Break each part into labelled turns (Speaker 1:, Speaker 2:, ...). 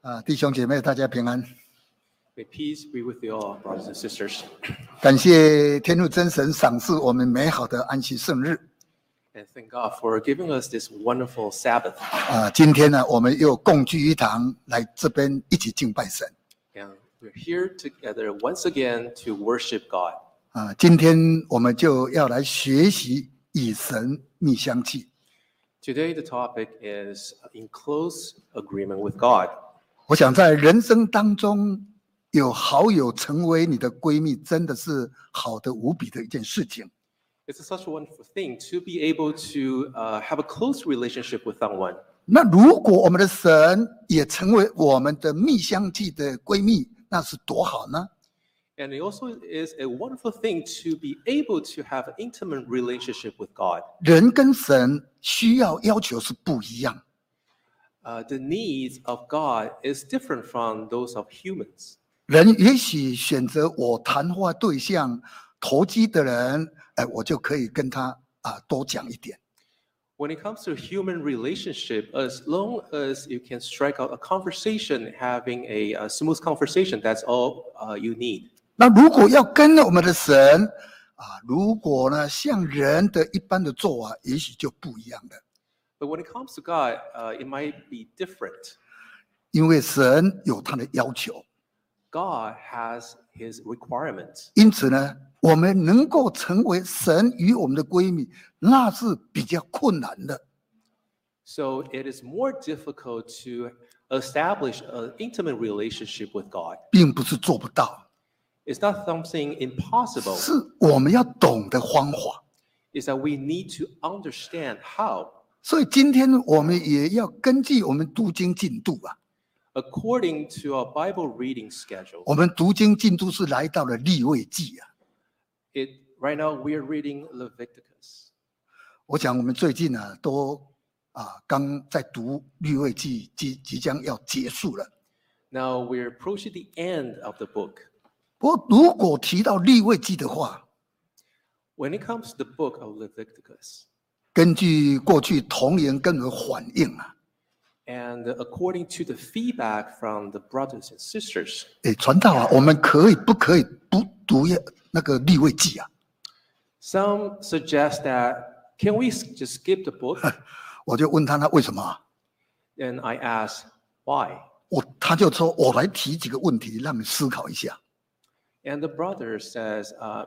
Speaker 1: 啊，弟兄姐妹，大家平安！
Speaker 2: May peace be with you all, brothers and sisters.
Speaker 1: 感谢天父真神赏赐我们美好的安息圣日
Speaker 2: And thank God for giving us this wonderful Sabbath.
Speaker 1: 啊！今天呢，我们又共聚一堂，来这边一起敬拜神
Speaker 2: And we're here together once again to worship God.
Speaker 1: 啊！今天我们就要来学习与神密相契。
Speaker 2: Today, the topic is in close agreement with God.
Speaker 1: 我想在人生当中，有好友成为你的闺蜜，真的是好的无比的一件事情。
Speaker 2: It's such a wonderful thing to be able to uh, have a close relationship with someone.
Speaker 1: 那如果我们的神也成为我们的密相契的闺蜜，那是多好呢？
Speaker 2: And it also is a wonderful thing to be able to have an intimate relationship with God.
Speaker 1: 人跟神需要要求是不一样。
Speaker 2: Uh, the needs of God is different from those of humans.
Speaker 1: 人也许选择我谈话对象投机的人，哎，我就可以跟他啊多讲一点。
Speaker 2: When it comes to human relationship, as long as you can strike out a conversation, having a, uh, smooth conversation, that's all uh, you need.
Speaker 1: 那如果要跟我们的神啊，如果呢像人的一般的做法，也许就不一样了，
Speaker 2: But when it comes to God, uh, it might be different.
Speaker 1: 因为神有他的要求。
Speaker 2: God has His requirements,
Speaker 1: 因此呢，我们能够成为神与我们的闺蜜，那是比较困难的。
Speaker 2: so it is more difficult to establish an intimate relationship with God.
Speaker 1: 并不是做不到，
Speaker 2: It's not something impossible.
Speaker 1: 是我们要懂得方法。
Speaker 2: It's that we need to understand how.
Speaker 1: 所以今天我们也要根据我们读经进度啊，
Speaker 2: According to our Bible reading schedule,
Speaker 1: 我们读经进度是来到了立位记啊。
Speaker 2: it right now we are reading Leviticus.
Speaker 1: 我想我们最近啊都啊刚在读立位记，即即将要结束了。
Speaker 2: Now we're approaching the end of the book.
Speaker 1: 不过如果提到立位记的话，
Speaker 2: When it comes to the book of Leviticus,
Speaker 1: 根据过去同龄跟我反映啊，
Speaker 2: and according to the feedback from the brothers and sisters,
Speaker 1: 诶，传道啊，我们可以不可以不读那个立位记啊？
Speaker 2: some suggest that can we s- just skip the book?
Speaker 1: 我就问他那为什么啊、
Speaker 2: and I ask why.
Speaker 1: 我他就说我来提几个问题让你思考一下。
Speaker 2: And the brother says, uh,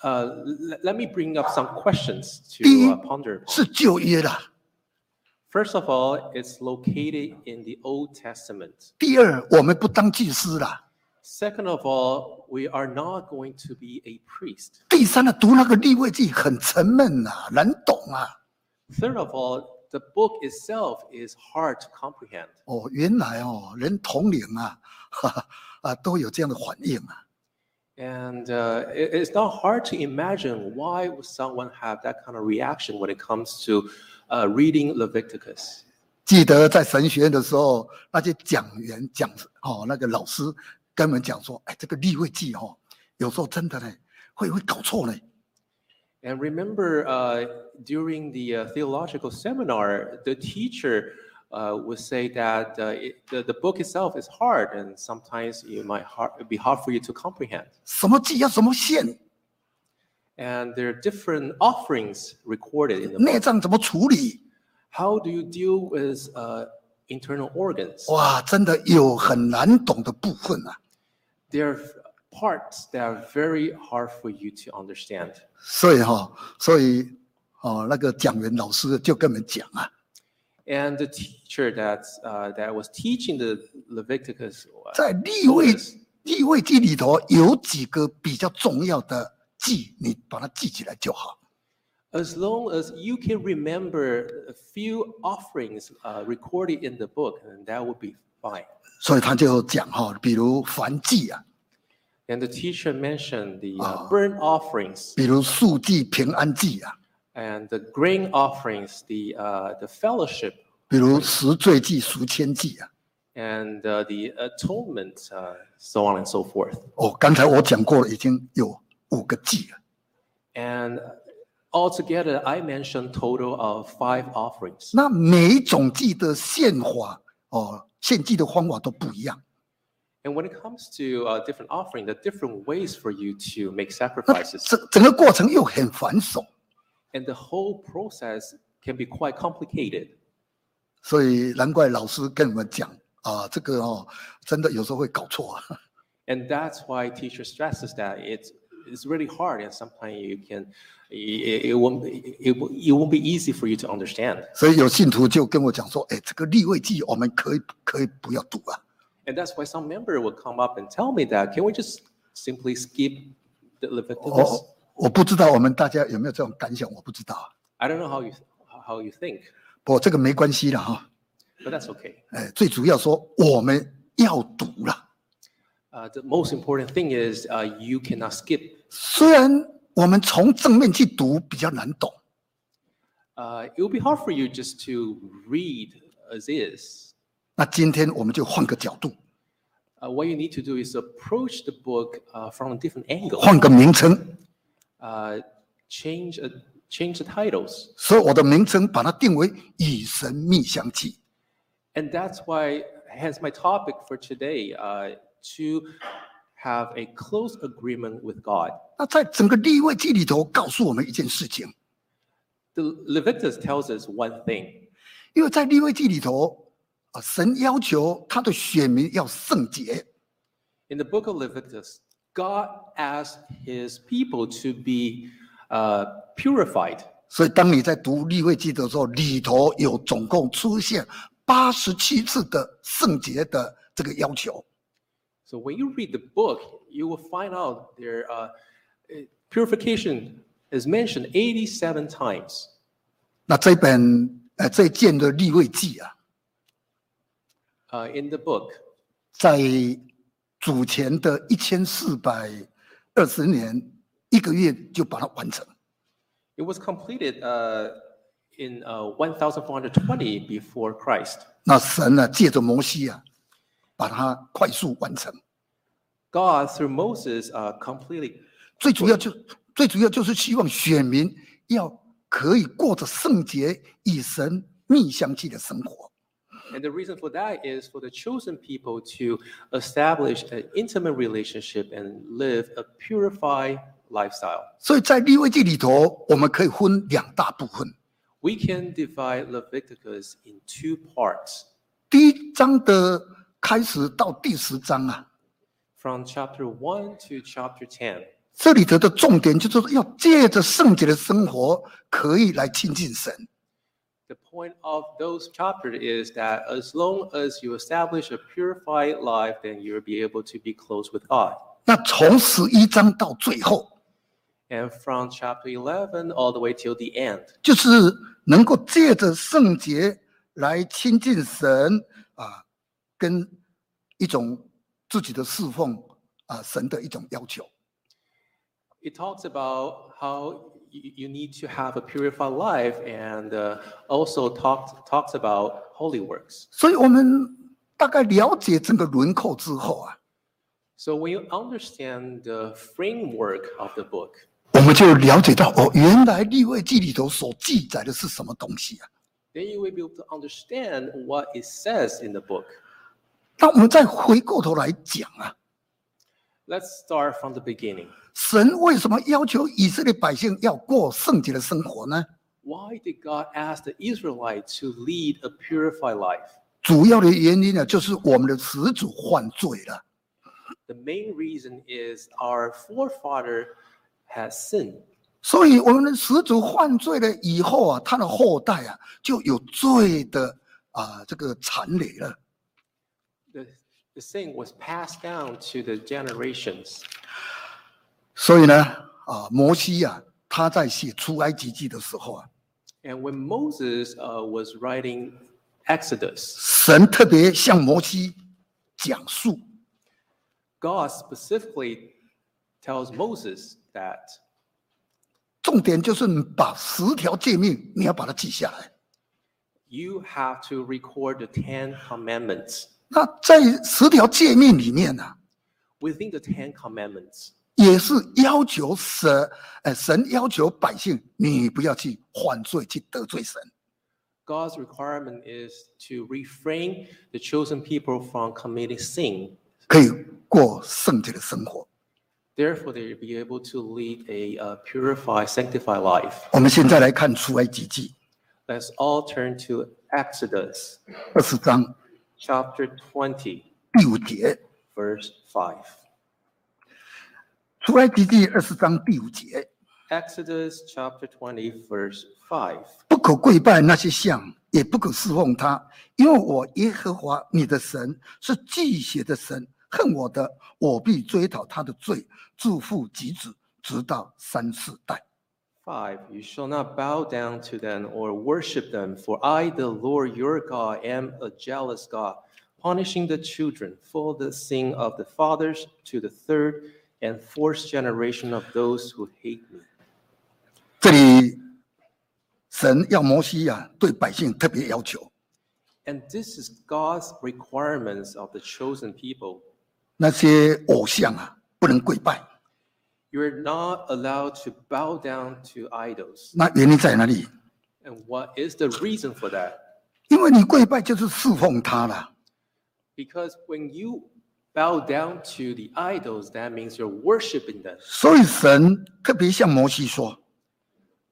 Speaker 2: uh, l- let me bring up some questions to uh,
Speaker 1: 第一
Speaker 2: ponder. upon.
Speaker 1: 是旧约啦。
Speaker 2: First of all, it's located in the Old Testament.
Speaker 1: 第二，我们不当祭司啦。
Speaker 2: Second of all, we are not going to be a priest.
Speaker 1: 第三呢，读那个立位记很沉闷呐、难懂啊。
Speaker 2: Third of all, the book itself is hard to comprehend.
Speaker 1: 哦，原来哦，人同龄啊，哈哈啊，都有这样的反应啊。
Speaker 2: And uh, it- it's not hard to imagine why would someone have that kind of reaction when it comes to uh, reading Leviticus.
Speaker 1: 记得在神学院的时候，那些讲员讲哦，那个老师跟我们讲说，哎，这个立位记哦，有时候真的呢，会会搞错呢。
Speaker 2: And remember, uh, during the uh, theological seminar, the teacher uh, would say that uh, it, the, the book itself is hard, and sometimes it might hard, be hard for you to comprehend.
Speaker 1: 什么记要什么献，
Speaker 2: And there are different offerings recorded in the
Speaker 1: 内
Speaker 2: book.
Speaker 1: 脏怎么处理？
Speaker 2: How do you deal with uh, internal organs?
Speaker 1: 哇，真的有很难懂的部分啊。
Speaker 2: There are parts that are very hard for you to understand.
Speaker 1: 所以哈、所以哦，那个讲员老师就跟我们讲啊，
Speaker 2: And the teacher that's, uh, that was teaching the Leviticus uh,
Speaker 1: 在立
Speaker 2: told
Speaker 1: 位
Speaker 2: us
Speaker 1: 立位记里头有几个比较重要的记，你把它记起来就好。
Speaker 2: As long as you can remember a few offerings uh, recorded in the book, and that would be fine.
Speaker 1: 所以他就讲哈、比如燔祭啊，
Speaker 2: And the teacher mentioned the uh,
Speaker 1: Ah.
Speaker 2: burnt offerings
Speaker 1: 比如素祭、平安祭啊，
Speaker 2: and the grain offerings, the uh, the fellowship
Speaker 1: 比如赎罪祭、赎愆祭啊。
Speaker 2: and uh, the atonement, uh, so on and so forth.
Speaker 1: 哦，刚才我讲过了，已经有五个祭了。
Speaker 2: And altogether, I mentioned total of five offerings.
Speaker 1: 那每一种祭的宪法哦献祭的方法都不一样。
Speaker 2: And when it comes to uh, different offering, there are different ways for you to make sacrifices,
Speaker 1: 整整个过程又很繁琐，
Speaker 2: and the whole process can be quite complicated.
Speaker 1: 所以难怪老师跟我们讲啊，这个哦，真的有时候会搞错啊。
Speaker 2: And that's why teacher stresses that it's it's really hard, and sometimes you can it, it won't it, won't- it won't be easy for you to understand.
Speaker 1: 所以有信徒就跟我讲说，哎，这个立位记我们可以可以不要读啊。
Speaker 2: And that's why some member will come up and tell me that can we just simply skip the Leviticus?
Speaker 1: 我我不知道我们大家有没有这种感想，我不知道啊。
Speaker 2: I don't know how you how you think,
Speaker 1: 不过这个没关系了哈。
Speaker 2: but that's okay.
Speaker 1: 哎，最主要说我们要读了，
Speaker 2: Uh, the most important thing is uh, you cannot skip.
Speaker 1: 虽然我们从正面去读比较难懂，
Speaker 2: Uh, it will be hard for you just to read as is.
Speaker 1: 那今天我们就换个角度，
Speaker 2: Uh, what you need to do is approach the book uh, from a different angle.
Speaker 1: 换个名称。
Speaker 2: Uh, change uh, change the titles,
Speaker 1: 所以我的名称把它定为与神密相契。
Speaker 2: and that's why hence my topic for today uh, to have a close agreement with God.
Speaker 1: 那在整个立位记里头，告诉我们一件事情，
Speaker 2: The Leviticus tells us one thing.
Speaker 1: 因为在立位记里头，啊，神要求他的选民要圣洁，
Speaker 2: In the book of Leviticus, God asked his people to be uh, purified.
Speaker 1: 所以当你在读立位记的时候，里头有总共出现八十七次的圣洁的这个要求。
Speaker 2: So when you read the book, you will find out there uh, eh, purification is mentioned 87 times.
Speaker 1: 那这本呃这件的立位记啊，
Speaker 2: uh, in the book.
Speaker 1: 在主前的一千四百二十年一个月就把它完成。
Speaker 2: It was completed uh, in uh, 1420 before Christ.
Speaker 1: 那神呢、借着摩西啊，把它快速完成。
Speaker 2: God, through Moses, uh, completely
Speaker 1: 最主要就最主要就是希望选民要可以过着圣洁与神密相契的生活。
Speaker 2: And the reason for that is for the chosen people to establish an intimate relationship and live a purified lifestyle.
Speaker 1: 所以在立位记里头，我们可以分两大部分。
Speaker 2: We can divide Leviticus in two parts.
Speaker 1: 第一章的开始到第十章啊，
Speaker 2: From chapter 1 to chapter 10.
Speaker 1: 这里头的重点就是要借着圣洁的生活，可以来亲近神。
Speaker 2: The point of those chapters is that as long as you establish a purified life, then you'll be able to be close with God.
Speaker 1: 那从十一章到最后，
Speaker 2: And from chapter 11 all the way till the end,
Speaker 1: 就是能够借着圣洁来亲近神啊，跟一种自己的侍奉啊，神的一种要求。
Speaker 2: it talks about how you, you need to have a purified life and uh, also talks, talks about holy works.
Speaker 1: 所以我们大概了解整个轮廓之后啊，
Speaker 2: So when you understand the framework of the book,
Speaker 1: 我们就了解到哦，原来立位记里头所记载的是什么东西啊。
Speaker 2: then you will be able to understand what it says in the book.
Speaker 1: 那我们再回过头来讲啊，
Speaker 2: Let's start from the beginning.
Speaker 1: 神为什么要求以色列百姓要过圣洁的生活呢？
Speaker 2: why did God ask the Israelites to lead a purified life?
Speaker 1: 主要的原因呢，就是我们的始祖犯罪了。
Speaker 2: The main reason is our forefather has sinned.
Speaker 1: 所以我们的始祖犯罪了以后啊，他的后代啊就有罪的啊、这个残累了。
Speaker 2: The, the sin was passed down to the generations.
Speaker 1: 所以呢，啊、摩西啊，他在写出埃及记的时候啊，
Speaker 2: And when Moses uh, was writing Exodus,
Speaker 1: 神特别向摩西讲述
Speaker 2: God specifically tells Moses that
Speaker 1: 重点就是你把十条诫命你要把它记下来。
Speaker 2: you have to record the Ten Commandments.
Speaker 1: 那在十条诫命里面呢、
Speaker 2: Within the Ten Commandments,
Speaker 1: 也是要求神，呃，神要求百姓，你不要去犯罪，去得罪神。
Speaker 2: God's requirement is to refrain the chosen people from committing sin.
Speaker 1: 可以过圣洁的生活。
Speaker 2: Therefore, they be able to lead a uh, purified, sanctified life.
Speaker 1: 我们现在来看出埃及记
Speaker 2: Let's all turn to Exodus
Speaker 1: 二十章
Speaker 2: chapter 20,
Speaker 1: 第五节，
Speaker 2: verse 5.
Speaker 1: 出埃及记二十章第五节，
Speaker 2: Exodus chapter 20, verse 5.
Speaker 1: 不可跪拜那些像，也不可侍奉他，因为我耶和华你的神是祭血的神，恨我的，我必追讨他的罪，自负及子，直到三四代。
Speaker 2: 5. You shall not bow down to them or worship them, for I, the Lord your God, am a jealous God, punishing the children for the sin of the fathers to the third and fourth generation of those who hate me.
Speaker 1: 这里神要摩西啊，对百姓特别要求，
Speaker 2: And this is God's requirements of the chosen people.
Speaker 1: 那些偶像啊不能跪拜，
Speaker 2: You're not allowed to bow down to idols.
Speaker 1: 那原因在哪里？
Speaker 2: And what is the reason for that?
Speaker 1: 因为你跪拜就是侍奉他了，
Speaker 2: Because when you bow down to the idols, that means you're worshiping them.
Speaker 1: 所以神特别向摩西说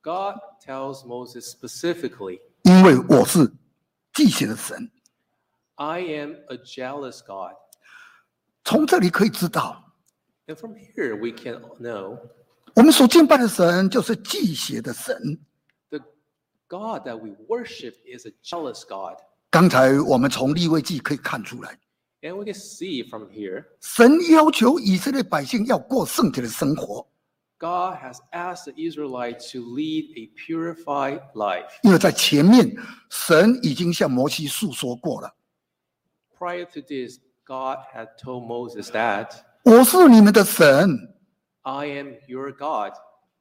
Speaker 2: God tells Moses specifically,：“
Speaker 1: 因为我是祭血的神。
Speaker 2: I am a jealous God. ”
Speaker 1: 从这里可以知道，
Speaker 2: And from here, we can know
Speaker 1: 我们所敬拜的神就是祭血的神。
Speaker 2: the God that we worship is a jealous God.
Speaker 1: 刚才我们从立位记可以看出来，
Speaker 2: And we can see from here,
Speaker 1: 神要求以色列百姓要过圣洁的生活，
Speaker 2: God has asked the Israelites to lead a purified life.
Speaker 1: 因为在前面神已经向摩西诉说过了。
Speaker 2: Prior to this, God had told Moses that
Speaker 1: 我是你们的神，
Speaker 2: I am your God.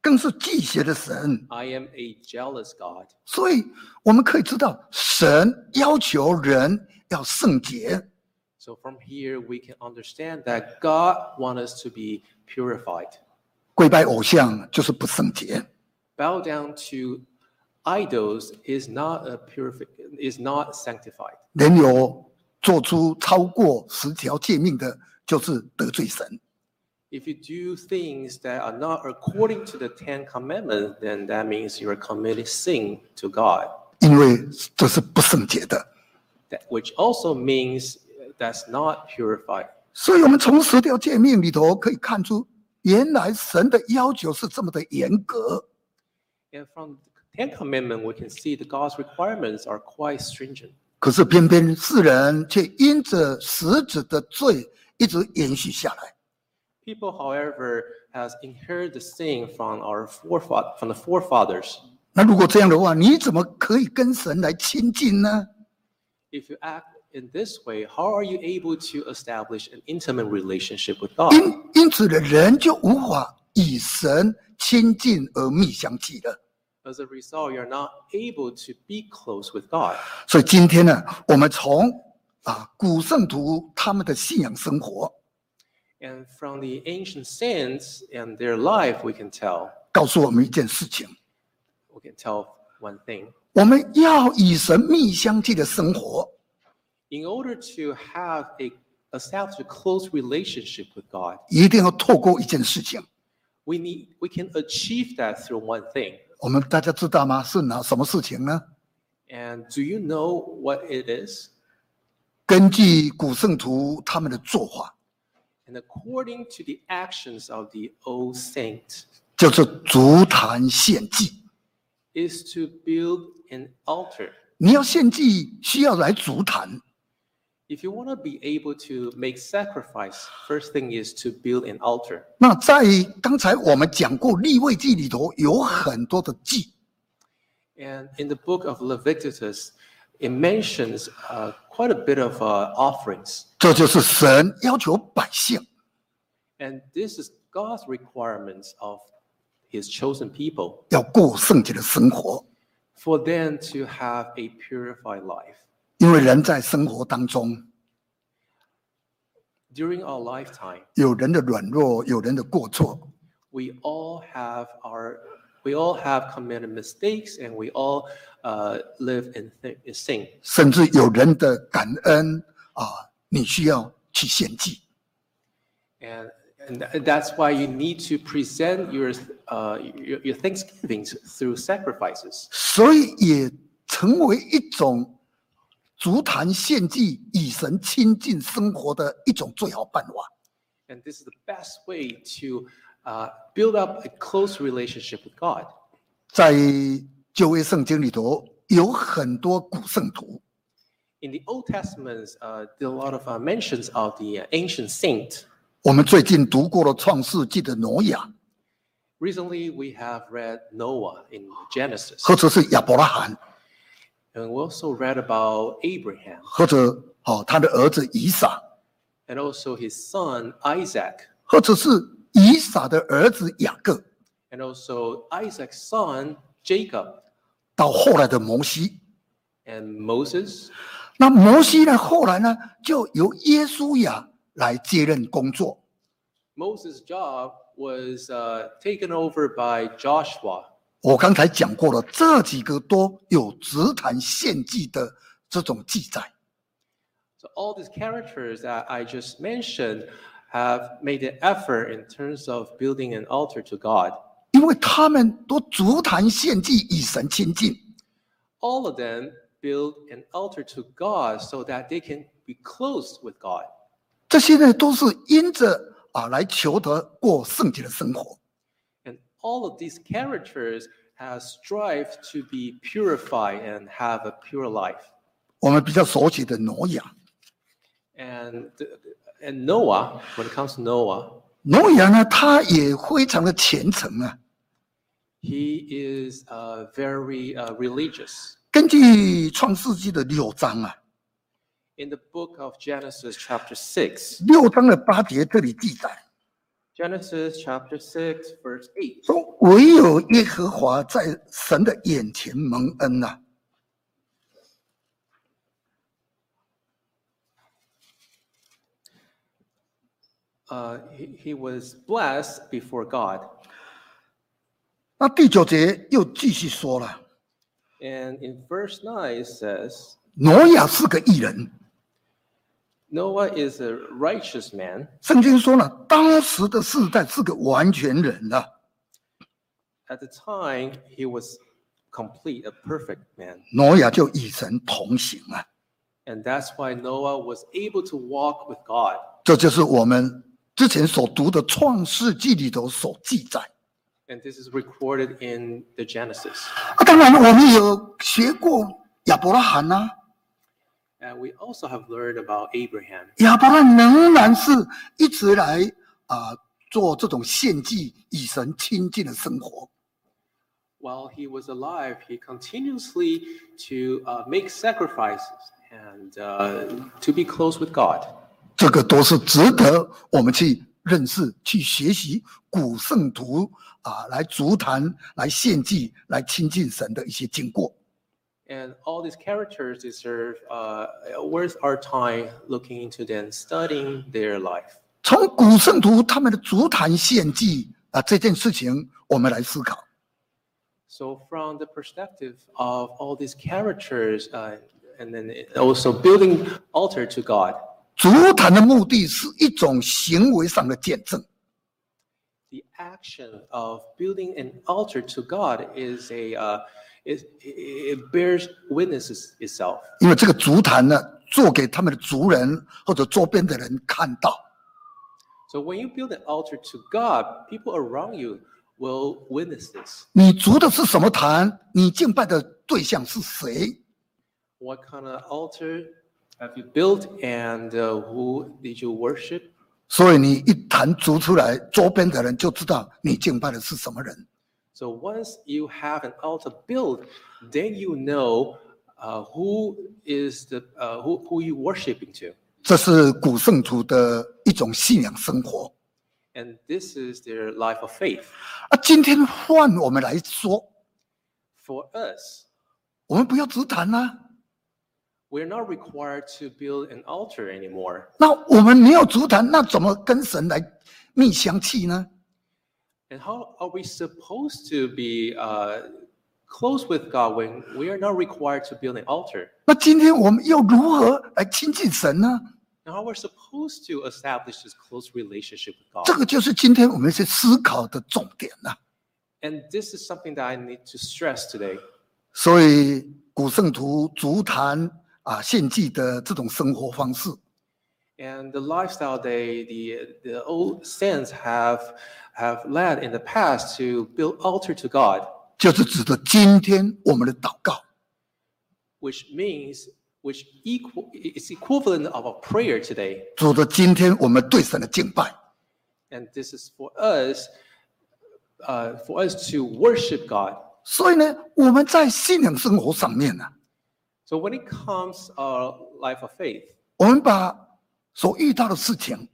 Speaker 1: 更是祭邪的神，
Speaker 2: I am a jealous God.
Speaker 1: 所以我们可以知道，神要求人要圣洁。
Speaker 2: So from here, we can understand that God wants us to be purified.
Speaker 1: 跪拜偶像就是不圣洁，
Speaker 2: Bow down to idols is not a purifi- is not sanctified.
Speaker 1: 人有做出超过十条诫命的，就是得罪神。
Speaker 2: If you do things that are not according to the Ten Commandments, then that means you are committing sin to God.
Speaker 1: 因为这是不圣洁的。
Speaker 2: that which also means that's not purified.
Speaker 1: 所以，我们从十条诫命里头可以看出，原来神的要求是这么的严格。
Speaker 2: And from the Ten Commandment, we can see that God's requirements are quite stringent.
Speaker 1: 可是，偏偏世人却因着死子的罪一直延续下来。
Speaker 2: People, however, has inherited the sin from our forefathers, from the forefathers.
Speaker 1: 那如果这样的话，你怎么可以跟神来亲近呢？
Speaker 2: If you act in this way, how are you able to establish an intimate relationship with God?
Speaker 1: 因因此呢，人就无法以神亲近而密相契了。
Speaker 2: As a result, you're not able to be close with God.
Speaker 1: 所以今天呢，我们从啊古圣徒他们的信仰生活，
Speaker 2: And from the ancient saints and their life, we can tell,
Speaker 1: 告诉我们一件事情：
Speaker 2: we can tell one thing.
Speaker 1: 我们要以神密相契的生活，
Speaker 2: in order to have a establish a close relationship with God,
Speaker 1: 一定要透过一件事情。
Speaker 2: we need we can achieve that through one thing.
Speaker 1: 我们大家知道吗？是哪什么事情呢？
Speaker 2: And do you know what it is?
Speaker 1: 根据古圣徒他们的做法，
Speaker 2: And according to the actions of the old saint,
Speaker 1: 就是足坛献祭。
Speaker 2: is to build an altar.
Speaker 1: 你要献祭，需要来足坛。
Speaker 2: If you want to be able to make sacrifice, first thing is to build an altar.
Speaker 1: 那在刚才我们讲过立位记里头有很多的祭，
Speaker 2: And in the book of Leviticus, it mentions uh, quite a bit of uh, offerings.
Speaker 1: 这就是神要求百姓
Speaker 2: And this is God's requirements of his chosen people
Speaker 1: 要过圣洁的生活，
Speaker 2: for them to have a purified life.
Speaker 1: 因为人在生活当中
Speaker 2: During our lifetime,
Speaker 1: 有人的软弱，有人的过错，
Speaker 2: we all have our We all have committed mistakes and we all uh, live in thi- in sin.
Speaker 1: 甚至有人的感恩啊，你需要去献祭。
Speaker 2: And, and th- that's why you need to present your, uh, your, your thanksgivings through sacrifices.
Speaker 1: 所以也成为一种足坛献祭、与神亲近生活的一种最好办法。
Speaker 2: And this is the best way to uh, build up a close relationship with God.
Speaker 1: 在旧约圣经里头，有很多古圣徒，
Speaker 2: In the Old Testament, uh, there are a lot of uh, mentions of the uh, ancient saint.
Speaker 1: 我们最近读过了《创世纪》的挪亚，
Speaker 2: Recently, we have read Noah in Genesis,
Speaker 1: 或者是亚伯拉罕，
Speaker 2: and we also read about Abraham
Speaker 1: 或者哦他的儿子以撒，
Speaker 2: and also his son Isaac,
Speaker 1: 或者是以撒的儿子雅各，
Speaker 2: and also Isaac's son Jacob
Speaker 1: 到后来的摩西。
Speaker 2: and Moses.
Speaker 1: 那摩西呢，后来呢就由耶稣亚来接任工作。
Speaker 2: Moses' job was uh, taken over by Joshua.
Speaker 1: 我刚才讲过了，这几个都有直谈献祭的这种记载。
Speaker 2: So all these characters that I just mentioned have made an effort in terms of building an altar to God.
Speaker 1: 因为他们都足坛献祭，与神亲近。
Speaker 2: All of them build an altar to God so that they can be close with God.
Speaker 1: 这些呢，都是因着啊来求得过圣洁的生活。
Speaker 2: And all of these characters have strived to be purified and have a pure life.
Speaker 1: 我们比较熟悉的挪亚，
Speaker 2: And and Noah, when it comes to Noah,
Speaker 1: 挪亚呢，他也非常的虔诚啊。
Speaker 2: he is uh, very uh, religious.
Speaker 1: 根据创世纪的六章啊，
Speaker 2: In the book of Genesis, chapter 6,
Speaker 1: 六章的八节这里记载
Speaker 2: Genesis chapter 6, verse 8.
Speaker 1: 说，唯有耶和华在神的眼前蒙恩啊呐、
Speaker 2: Uh, he, he was blessed before God.
Speaker 1: 那第九节又继续说了，
Speaker 2: And in verse 9 it says,
Speaker 1: 挪亚是个异人。
Speaker 2: Noah is a righteous man.
Speaker 1: 圣经说了，当时的世代是个完全人啊呐、
Speaker 2: At the time, he was complete, a perfect man.
Speaker 1: 挪亚就与神同行啊，
Speaker 2: And that's why Noah was able to walk with God.
Speaker 1: 这就是我们之前所读的《创世纪》里头所记载。
Speaker 2: And this is recorded in the Genesis.
Speaker 1: 啊，当然我们有学过亚伯拉罕啊呐、
Speaker 2: And we also have learned about Abraham.
Speaker 1: 亚伯拉罕仍然是一直来啊、做这种献祭与神亲近的生活。
Speaker 2: While he was alive, he continuously to uh, make sacrifices and uh, to be close with God.
Speaker 1: 这个都是值得我们去认识、去学习古圣徒啊、来足坛、来献祭、来亲近神的一些经过。
Speaker 2: And all these characters deserve uh, worth our time looking into them, studying their life.
Speaker 1: 从古圣徒他们的足坛献祭啊这件事情，我们来思考。
Speaker 2: So, from the perspective of all these characters, uh, and then also building altar to God,
Speaker 1: 足坛的目的是一种行为上的见证，
Speaker 2: the action of building an altar to God is a uh, it, it bears witnesses itself
Speaker 1: 因为这个足坛呢，做给他们的族人或者周边的人看到。
Speaker 2: So when you build an altar to God, people around you will witness this.
Speaker 1: 你足的是什么坛？你敬拜的对象是谁？
Speaker 2: What kind of altar have you built, and uh, who did you worship?
Speaker 1: 所以你一坛足出来，周边的人就知道你敬拜的是什么人。
Speaker 2: So once you have an altar built, then you know uh, who is the uh, who who you worshiping to,
Speaker 1: 这是古圣徒的一种信仰生活。
Speaker 2: and this is their life of faith.
Speaker 1: 啊，今天换我们来说，
Speaker 2: For us,
Speaker 1: 我们不要足坛啊啦、
Speaker 2: we're not required to build an altar anymore.
Speaker 1: 那我们没有足坛，那怎么跟神来密相契呢？
Speaker 2: And how are we supposed to be uh, close with God when we are not required to build an altar?
Speaker 1: 那今天我们又如何来亲近神呢？
Speaker 2: And how we're supposed to establish this close relationship with
Speaker 1: 这
Speaker 2: God?
Speaker 1: 个就是今天我们去思考的重点啊了、
Speaker 2: And this is something that I need to stress today.
Speaker 1: 所以古圣徒足坛啊献祭的这种生活方式，
Speaker 2: And the lifestyle they, the, the old saints have, have led in the past to build altar to God,
Speaker 1: 就是指的今天我们的祷告。
Speaker 2: which means, which equal, is equivalent of a prayer today.
Speaker 1: 主的今天我们对神的敬拜，
Speaker 2: And this is for us, uh, for us to worship God.
Speaker 1: 所以呢，我们在信仰生活上面呢、啊
Speaker 2: So when it comes our life of faith,
Speaker 1: 我们把所遇到的事情，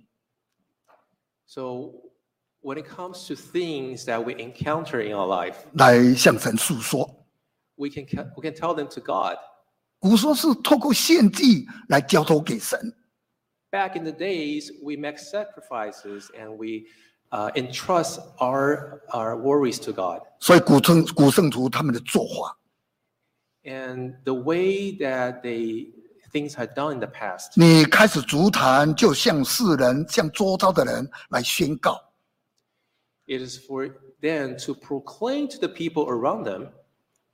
Speaker 2: so when it comes to things that we encounter in our life,
Speaker 1: 来向神诉说。
Speaker 2: we can we can tell them to God.
Speaker 1: 古说是透过献祭来交托给神，
Speaker 2: Back in the days, we make sacrifices and we uh, entrust our our worries to God.
Speaker 1: 所以古圣古圣徒他们的做法，
Speaker 2: And the way that they things are done in the past,
Speaker 1: 你开始足坛，就向世人、向周遭的人来宣告，
Speaker 2: it is for them to proclaim to the people around them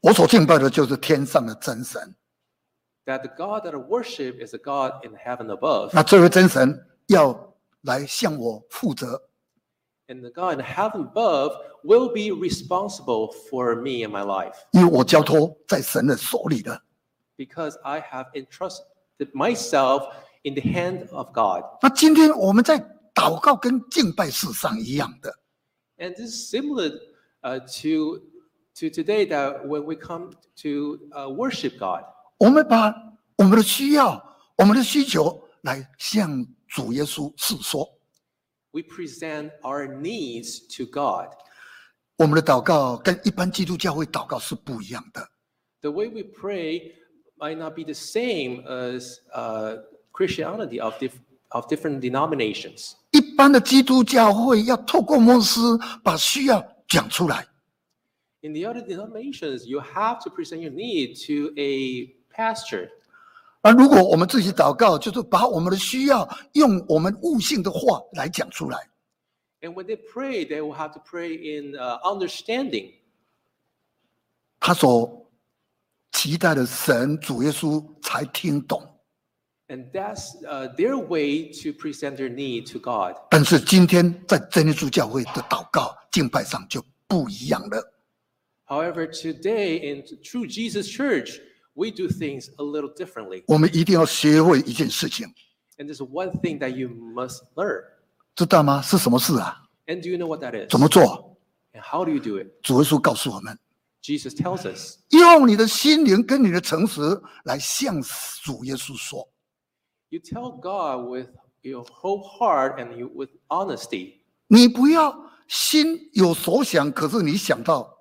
Speaker 1: 我所敬拜的就是天上的真神。
Speaker 2: that the God that I worship is a God in heaven above,
Speaker 1: 那这位真神要来向我负责，
Speaker 2: and the God in heaven above will be responsible for me and my life
Speaker 1: 因为我交托在神的手里了。
Speaker 2: because I have entrusted myself in the hand of God.
Speaker 1: 那今天我们在祷告跟敬拜事上一样的，
Speaker 2: And this is similar uh, to to today that when we come to uh, worship God,
Speaker 1: 我们把我们的需要、我们的需求来向主耶稣诉说。
Speaker 2: we present our needs to God.
Speaker 1: 我们的祷告跟一般基督教会祷告是不一样的。
Speaker 2: The way we pray might not be the same as uh, Christianity of dif- of different denominations.
Speaker 1: 一般的基督教会要透过牧师把需要讲出来，
Speaker 2: In the other denominations, you have to present your need to a pastor.
Speaker 1: 而如果我们自己祷告，就是把我们的需要用我们悟性的话来讲出来。
Speaker 2: And when they pray, they will have to pray in uh, understanding.
Speaker 1: 他所期待的神主耶稣才听懂。
Speaker 2: And that's uh, their way to present their need to God.
Speaker 1: 但是今天在真耶稣教会的祷告敬拜上就不一样了。
Speaker 2: However, today in true Jesus Church, we do things a little differently.
Speaker 1: 我们一定要学会一件事情，
Speaker 2: And there's one thing that you must learn.
Speaker 1: 知道吗？是什么事啊？
Speaker 2: And do you know what that is?
Speaker 1: 怎么做？
Speaker 2: And how do you do it?
Speaker 1: 主耶稣告诉我们，
Speaker 2: Jesus tells us
Speaker 1: 用你的心灵跟你的诚实来向主耶稣说。
Speaker 2: you tell God with your whole heart and you, with honesty.
Speaker 1: 你不要心有所想，可是你想到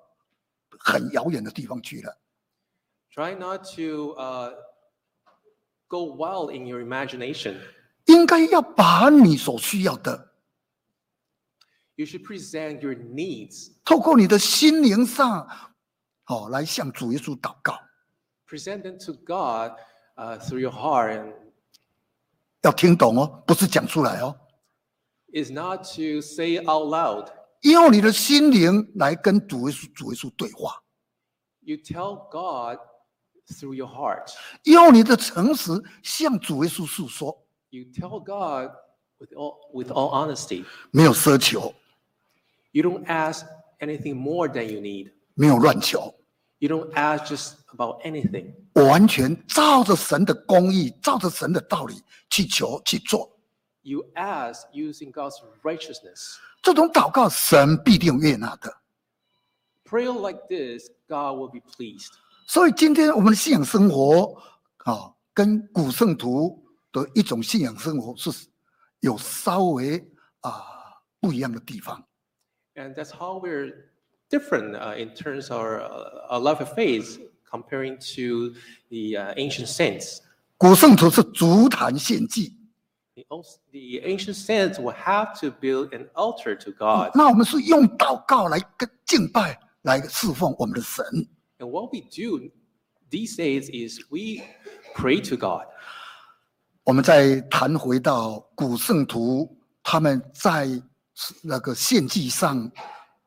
Speaker 1: 很遥远的地方去了。
Speaker 2: Try not to uh, go wild in your imagination.
Speaker 1: 应该要把你所需要的，
Speaker 2: You should present your needs.
Speaker 1: 透过你的心灵上，哦，来向主耶稣祷告。
Speaker 2: Present them to God uh, through your heart. And
Speaker 1: 要听懂哦，不是讲出来哦，
Speaker 2: it's not to say it out loud.
Speaker 1: 用你的心灵来跟主耶稣、主耶稣对话，
Speaker 2: You tell God through your heart.
Speaker 1: 用你的诚实向主耶稣诉说，
Speaker 2: You tell God with all, with all honesty.
Speaker 1: 没有奢求，
Speaker 2: You don't ask anything more than you need.
Speaker 1: 没有乱求，
Speaker 2: You don't ask just about anything.
Speaker 1: 我完全照着神的公义，照着神的道理去求去做。
Speaker 2: You ask using God's righteousness.
Speaker 1: 这种祷告，神必定悦纳的。
Speaker 2: Prayer like this, God will be pleased.
Speaker 1: 所以今天我们的信仰生活啊、跟古圣徒的一种信仰生活是有稍微啊、不一样的地方。
Speaker 2: And that's how we're different uh, in terms of our, uh, our life of faith comparing to the uh, ancient saints.
Speaker 1: 古圣徒是足坛献祭，
Speaker 2: The, old- the ancient saints will have to build an altar to God.
Speaker 1: 那我们是用祷告来跟敬拜来侍奉我们的神。
Speaker 2: And what we do these days is we pray to God.
Speaker 1: 我们再谈回到古圣徒他们在那个献祭上、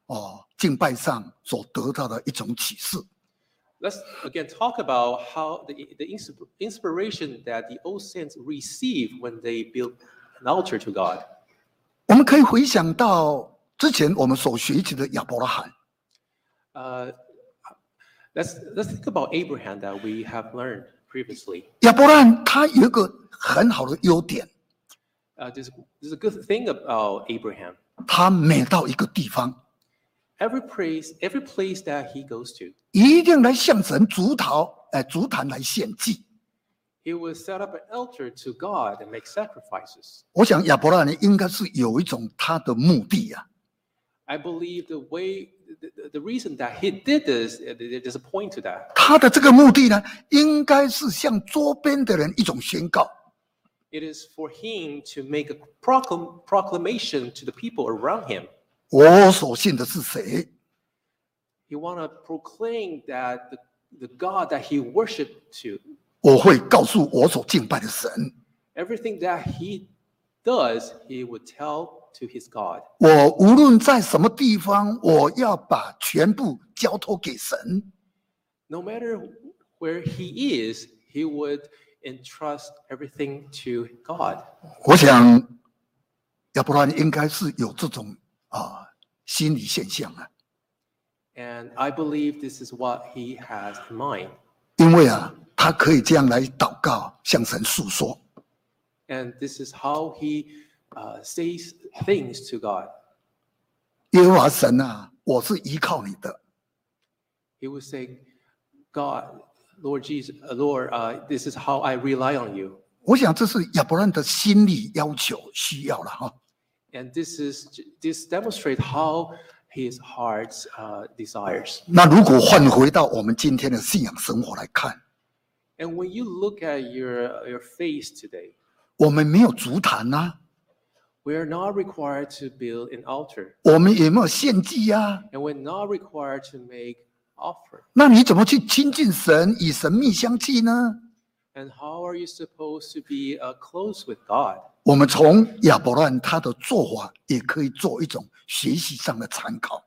Speaker 1: 哦敬拜上所得到的一种启示。
Speaker 2: Let's again talk about how the, the ins- inspiration that the old saints receive when they build an altar to God.
Speaker 1: 我们可以回想到之前我们所学习的亚伯拉罕，
Speaker 2: Uh, let's let's think about Abraham that we have learned previously.
Speaker 1: 亚伯拉罕他有一个很好的优点，
Speaker 2: Uh, there's, there's a good thing about Abraham.
Speaker 1: 他每到一个地方，
Speaker 2: Every place, every place that he goes to,
Speaker 1: 一定来向神主讨，哎，足坛来献祭。
Speaker 2: he will set up an altar to God and make sacrifices.
Speaker 1: 我想亚伯拉罕应该是有一种他的目的啊，
Speaker 2: I believe the way, the, the- the reason that he did this, uh, there- there's a point to that.
Speaker 1: 他的这个目的呢，应该是向周边的人一种宣告。
Speaker 2: It is for him to make a proclam- proclamation to the people around him.
Speaker 1: 我所信的是谁？
Speaker 2: He want to proclaim that the, the God that he worshiped to,
Speaker 1: 我会告诉我所敬拜的神，
Speaker 2: everything that he does, he would tell to his God.
Speaker 1: 我无论在什么地方，我要把全部交托给神。
Speaker 2: No matter where he is, he would entrust everything to God.
Speaker 1: 我想，要不然应该是有这种啊心理现象啊，
Speaker 2: And I believe this is what he has in mind.
Speaker 1: 因为啊，他可以这样来祷告，向神诉说。
Speaker 2: And this is how he uh, says things to God.
Speaker 1: 耶和华神啊，我是依靠你的，
Speaker 2: He would say, God, Lord Jesus, uh, Lord, uh, this is how I rely on you.
Speaker 1: 我想这是亚伯兰的心理要求需要了哈。
Speaker 2: And this is this demonstrates how his heart's uh, desires.
Speaker 1: 那如果换回到我们今天的信仰生活来看，
Speaker 2: And when you look at your your face today,
Speaker 1: 我们没有足坛啊，
Speaker 2: we are not required to build an altar,
Speaker 1: 我们也没有献祭啊，
Speaker 2: and we're not required to make offer.
Speaker 1: 那你怎么去亲近神，与神密相契呢？
Speaker 2: And how are you supposed to be uh, close with God?
Speaker 1: 我们从亚伯兰他的做法，也可以做一种学习上的参考，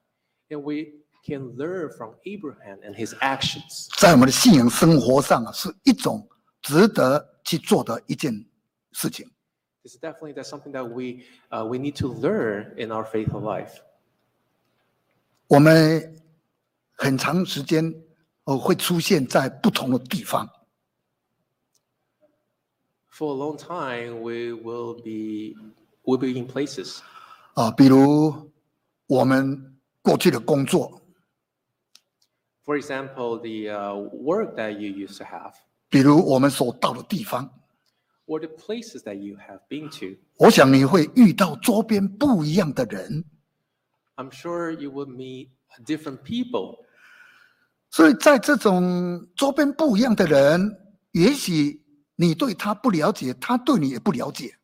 Speaker 2: And we can learn from Abraham and his actions.
Speaker 1: 在我们的信仰生活上啊，是一种值得去做的一件事情。
Speaker 2: This is definitely that's something that we uh, we need to learn in our faithful life.
Speaker 1: 我们很长时间呃会出现在不同的地方，
Speaker 2: For a long time, we will be will be in places.
Speaker 1: 啊，比如我们过去的工作，
Speaker 2: For example, the uh, work that you used to have,
Speaker 1: 比如我们所到的地方，
Speaker 2: or the places that you have been to.
Speaker 1: 我想你会遇到周边不一样的人，
Speaker 2: I'm sure you will meet different people.
Speaker 1: 所以在这种周边不一样的人，也许你对他不了解，他对你也不了解。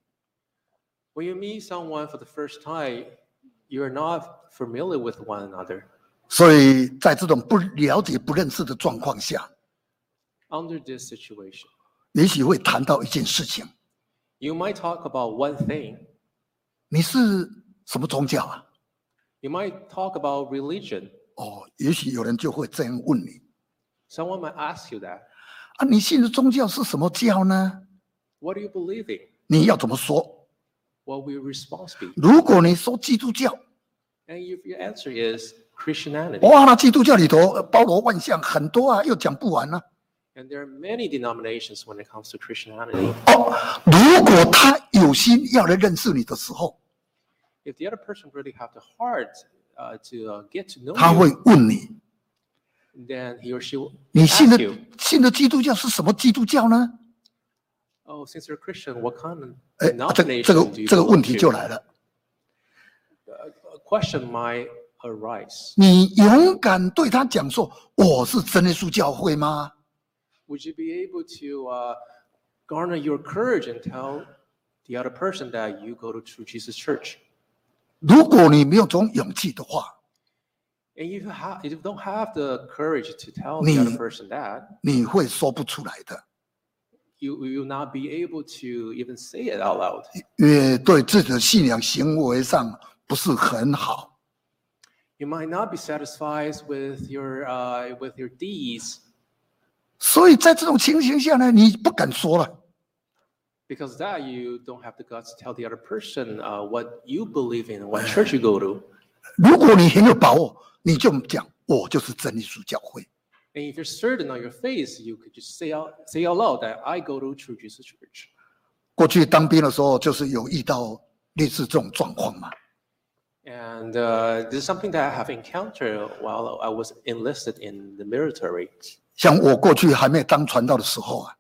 Speaker 2: When you meet someone for the first time, you're not familiar with one another.
Speaker 1: 所以在这种不了解、不认识的状况下，
Speaker 2: Under this situation,
Speaker 1: 也许会谈到一件事情：
Speaker 2: you might talk about one thing.
Speaker 1: 你是什么宗教啊？
Speaker 2: You might talk about religion.
Speaker 1: 哦，也许有人就会这样问你
Speaker 2: Someone might ask you that.
Speaker 1: 啊，你信的宗教是什么教呢？
Speaker 2: What do you believe in?
Speaker 1: 你要怎么说？
Speaker 2: What will your response be?
Speaker 1: 如果你说基督教，
Speaker 2: And if your answer is Christianity,
Speaker 1: 哇，那基督教里头呃包罗万象，很多啊，又讲不完呢、
Speaker 2: and there are many denominations when it comes to Christianity.
Speaker 1: 哦，如果他有心要来认识你的时候，
Speaker 2: If the other person really have the heart uh, to uh, get to know
Speaker 1: 他
Speaker 2: you,
Speaker 1: 会问你：
Speaker 2: then he or she will
Speaker 1: 你信的
Speaker 2: ask you,
Speaker 1: 信的基督教是什么基督教呢？
Speaker 2: "Oh, since you're a Christian, what kind of
Speaker 1: 哎，这个这个
Speaker 2: denomination do you
Speaker 1: 这个问
Speaker 2: belong
Speaker 1: 题就
Speaker 2: to?"
Speaker 1: 来了。
Speaker 2: A question might arise.
Speaker 1: 你勇敢对他讲说：“我是真耶稣教会吗
Speaker 2: Would you be able to uh, garner your courage and tell the other person that you go to True Jesus Church.
Speaker 1: 如果你没有这种勇气的话，
Speaker 2: And if you have, if you don't have the courage to tell the other
Speaker 1: 你-
Speaker 2: person that,
Speaker 1: 你会说不出来的，
Speaker 2: you you will not be able to even say it out loud.
Speaker 1: 也对自己的信仰行为上不是很好。
Speaker 2: You might not be satisfied with your uh, with your deeds
Speaker 1: 所以在这种情形下呢，你不敢说了，
Speaker 2: because that you don't have the guts to tell the other person uh, what you believe in, what church you go to.
Speaker 1: 如果你很有把握，你就讲我就是真理主教会。
Speaker 2: And if you're certain on your face, you could just say out say out loud that I go to True Jesus Church.
Speaker 1: 过去当兵的时候，就是有遇到类似这种状况嘛。
Speaker 2: And uh, this is something that I have encountered while I was enlisted in the military.
Speaker 1: 像我过去还没当传道的时候啊，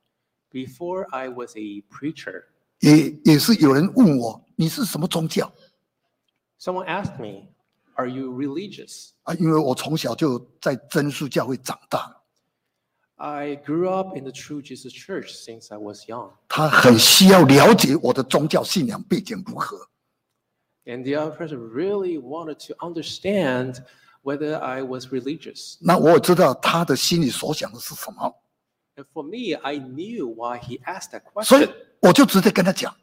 Speaker 2: Before I was a preacher,
Speaker 1: 也也是有人问我你是什么宗教
Speaker 2: someone asked me, Are you religious?
Speaker 1: 啊？因为我从小就在真书教会长大，
Speaker 2: I grew up in the True Jesus Church since I was young.
Speaker 1: 他很需要了解我的宗教信仰背景如何。
Speaker 2: And the other person really wanted to understand whether I was religious.
Speaker 1: 那我也知道他的心里所想的是什么，
Speaker 2: And for me, I knew why he asked that
Speaker 1: 所
Speaker 2: question.
Speaker 1: 以我就直接跟他讲，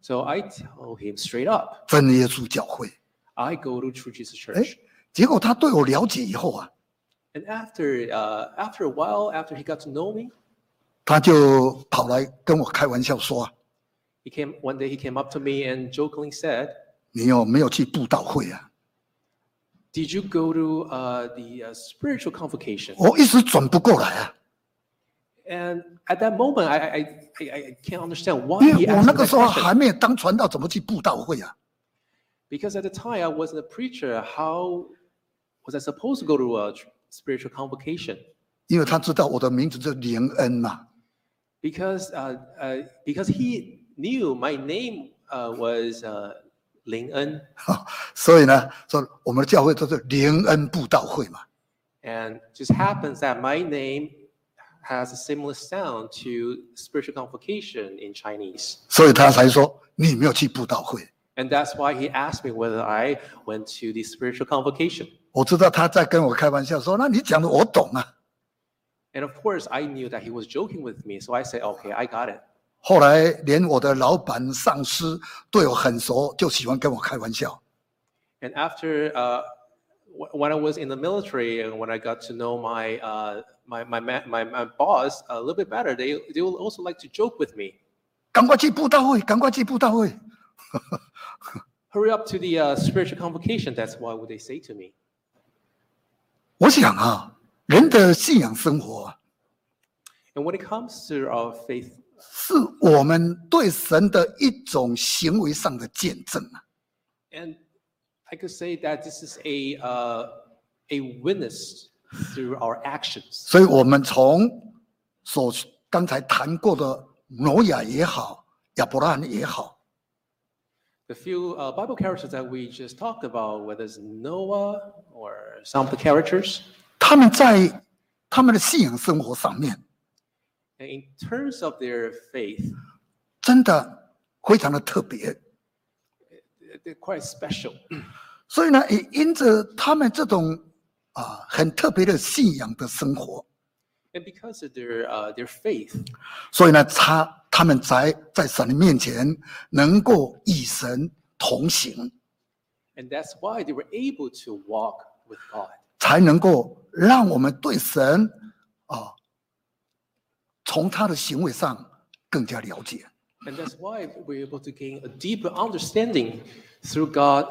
Speaker 2: So I tell him straight up,
Speaker 1: 真耶稣教会。
Speaker 2: I go to True Jesus Church.
Speaker 1: 结果他对我了解以后啊，
Speaker 2: And after uh, after a while, after he got to know me,
Speaker 1: 他就跑来跟我开玩笑说、啊：“
Speaker 2: he came one day he came up to me and jokingly said,
Speaker 1: 你有没有去布道会啊？
Speaker 2: Did you go to uh, the uh, spiritual convocation?
Speaker 1: 我一时转不过来啊，
Speaker 2: And at that moment, I, I, I, I can't understand why
Speaker 1: 因为
Speaker 2: he
Speaker 1: 我
Speaker 2: asked
Speaker 1: 那
Speaker 2: me
Speaker 1: 个
Speaker 2: that
Speaker 1: 时候
Speaker 2: question.
Speaker 1: 还没有当传道，怎么去布道会啊？
Speaker 2: Because at the time, I wasn't a preacher. How was I supposed to go to a tr- spiritual convocation?
Speaker 1: 因为他知道我的名字叫连恩嘛，
Speaker 2: Because, uh, uh, because he knew my name uh, was uh, Ling En,
Speaker 1: 哈，所以呢，说我们的教会都是连恩布道会嘛。
Speaker 2: and just happens that my name has a similar sound to spiritual convocation in Chinese.
Speaker 1: 所以他才说你没有去布道会。
Speaker 2: And that's why he asked me whether I went to the spiritual convocation.
Speaker 1: 我知道他在跟我开玩笑说，那你讲的我懂啊。
Speaker 2: And of course, I knew that he was joking with me. So I said, okay, I got it.
Speaker 1: 后来连我的老板、上司对我很熟，就喜欢跟我开玩笑。
Speaker 2: And after, uh, wh- when I was in the military and when I got to know my, uh, my, my, ma- my, my boss a little bit better, they, they will also like to joke with me.
Speaker 1: 赶快去布道会，赶快去布道会。
Speaker 2: Hurry up to the uh, spiritual convocation. That's what would they say to me.
Speaker 1: 我想啊，人的信仰生活啊，
Speaker 2: And when it comes to our faith,
Speaker 1: 是我们对神的一种行为上的见证啊。
Speaker 2: and I could say that this is a, uh, a witness through our actions.
Speaker 1: 所以，我们从所刚才谈过的挪亚也好，亚伯拉罕也好，
Speaker 2: The few uh, Bible characters that we just talked about, whether it's Noah or some of the characters,
Speaker 1: 他们在他们的信仰生活上面，
Speaker 2: and in terms of their faith,
Speaker 1: 真的非常的特别。
Speaker 2: they're quite special.
Speaker 1: 所以呢，也因着他们这种啊、很特别的信仰的生活，
Speaker 2: And because of their uh, their faith,
Speaker 1: 所以呢，他他们才在神的面前能够与神同行，
Speaker 2: and that's why they were able to walk with God,
Speaker 1: 才能够让我们对神啊、从他的行为上更加了解。
Speaker 2: and that's why we're able to gain a deeper understanding through God